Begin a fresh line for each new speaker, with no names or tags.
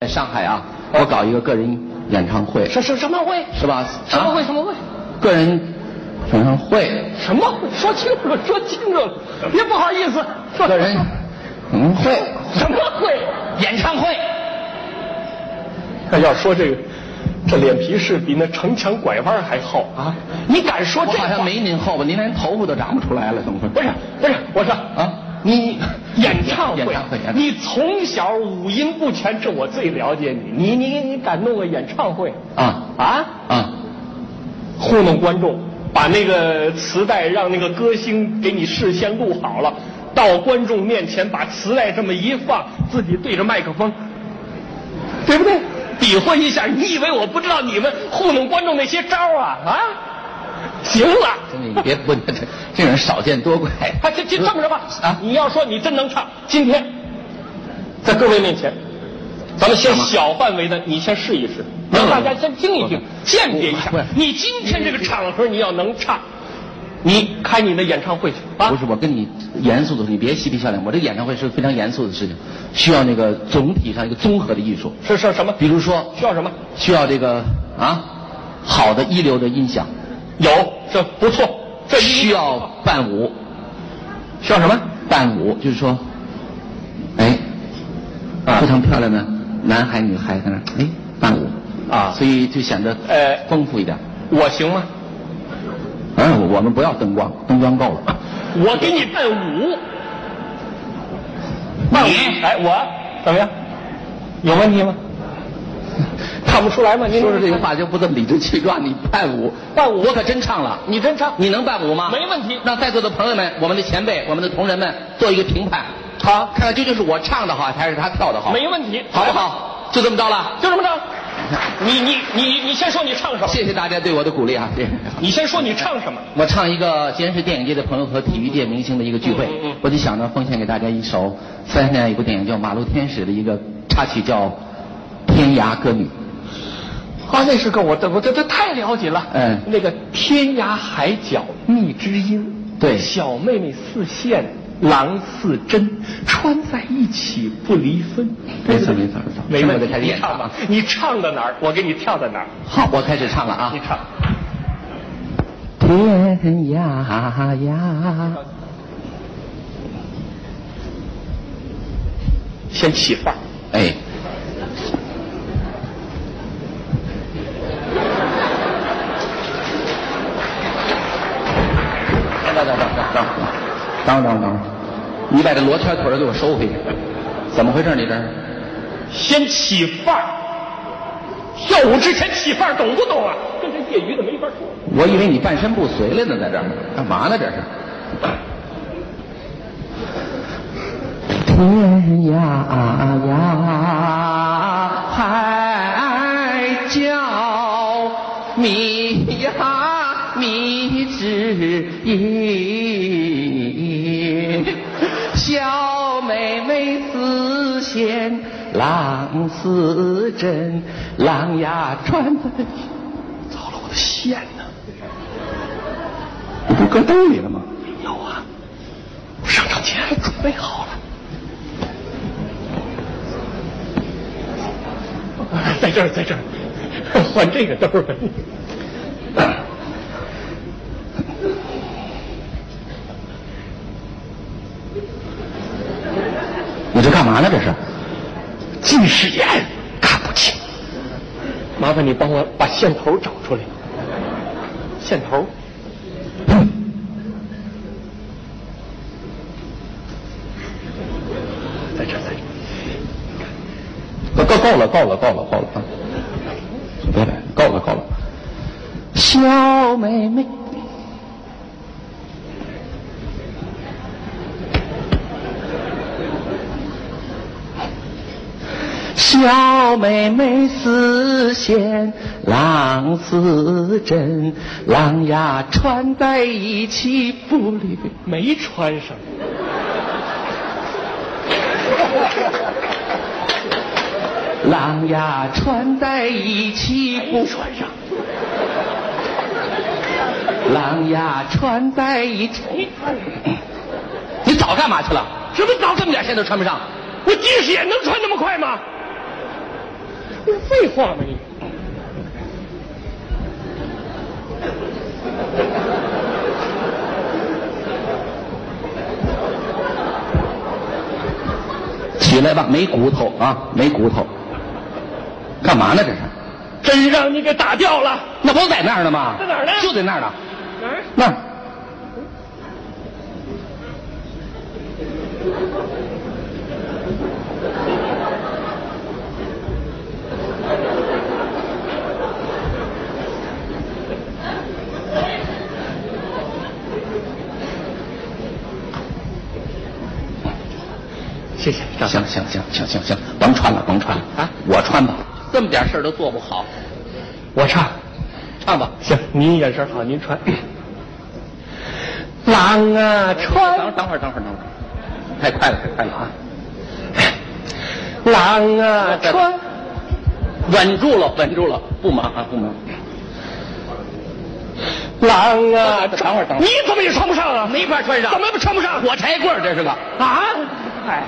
在上海啊，我搞一个个人演唱会，
什什什么会？
是吧？
什么会？
啊
什么会？
个人演唱会，
什么会？说清楚了，说清楚了，别不好意思。说
个人嗯会，
什么会？演唱会。
哎，要说这个，这脸皮是比那城墙拐弯还厚啊！你敢说
我
这
好像
话？
没您厚吧？您连头发都长不出来了，怎么会？
不是不是，我说
啊，
你演唱
演
会，
唱会演唱会
你从小五音不全，这我最了解你。你你你敢弄个演唱会
啊
啊？
啊，
糊弄观众，把那个磁带让那个歌星给你事先录好了，到观众面前把磁带这么一放，自己对着麦克风，对不对？比划一下，你以为我不知道你们糊弄观众那些招儿啊啊？行了，
真的，你别问这 这人少见多怪。
啊，这这这么着吧
啊
你要说你真能唱，今天在各位面前，咱们先小范围的，你先试一试，让大家先听一听，鉴别一下
不是。
你今天这个场合你要能唱，你开你的演唱会去啊
不！是，我跟你严肃的说，你别嬉皮笑脸。我这个演唱会是非常严肃的事情，需要那个总体上一个综合的艺术，
是是什么？
比如说
需要什么？
需要这个啊好的一流的音响，
有，这不错，这一
需要伴舞，需要什么？伴舞，就是说，哎，
啊
非常漂亮的男孩女孩在那儿，哎，伴舞
啊
所以就显得
呃
丰富一点。
我行吗？
哎，我们不要灯光，灯光够了。
我给你伴舞，伴舞
你，
哎，我怎么样？有问题吗？看不出来吗？您
说出这个话就不这么理直气壮，你伴舞，
伴舞
我可真唱了。
你真唱
你能伴舞吗？
没问题
让在座的朋友们、我们的前辈、我们的同仁们做一个评判，
好
看看究竟是我唱的好还是他跳的好，
没问题，
好不？好？就这么着了，
就这么着。你你你你先说你唱什么？
谢谢大家对我的鼓励啊！谢谢。
你先说你唱什么？
我唱一个，今天是电影界的朋友和体育界明星的一个聚会，
嗯嗯嗯
我就想着奉献给大家一首三十年代一部电影叫《马路天使》的一个插曲，叫《天涯歌女》。
啊，那是个我的，我这这太了解了。
嗯
那个天涯海角觅知音，
对
小妹妹似线，郎似针，穿在一起不离分。
没错没错没错
没问
这我就
题
开。始
你
演
唱
唱
吧，你唱到哪儿，我给你跳到哪儿。
好，我开始唱了啊。
你唱。
天涯呀，
先起范儿。
哎，等等等等等等等等等，你把这罗圈腿儿给我收回去，怎么回事？你这是
先起范儿。跳舞之前起范儿，懂不懂啊？跟这业余的没法说。
我以为你半身不遂了呢，在这儿干嘛呢？这是。天涯呀，海角，迷呀迷之音。小妹妹丝线郎似针，郎呀穿的，糟了，我的线呢？你不搁兜里了吗？
有啊，我上场前还准备好了。 在这儿， 在这儿，换这个兜儿呗。
你这干嘛呢？这是？
近视眼看不清，麻烦你帮我把线头找出来。线头，嗯在这儿，在这儿。
够够够了，够了，够了，够了
嗯
啊！别来，够了，够了。小妹妹，小妹妹丝线郎似针，郎呀穿在一起不离。
没穿上。
郎呀穿在一起不穿上，郎呀穿在一起。你早干嘛去了？什么早？这么点线都穿不上？
我近视眼能穿那么快吗？这不废话吗你？
起来吧，没骨头啊，没骨头。干嘛呢？这是？
真让你给打掉了？
那不在那儿呢吗？
在哪儿呢
就在那儿呢，
哪儿？
那儿。
谢谢，
行行行行行行，甭穿了，甭穿了
啊！
我穿吧，这么点事儿都做不好，
我唱。
唱吧。
行，您眼神好，您穿。郎啊
等
穿，
等会儿，等会儿，等会儿，太快了，太快了啊！
郎啊穿，
稳住了，稳住了，不忙啊，不忙。
郎啊
等会儿等会儿
你怎么也穿不上啊？
没法穿上
怎么也穿不上？
我柴棍儿这是个
啊？哎，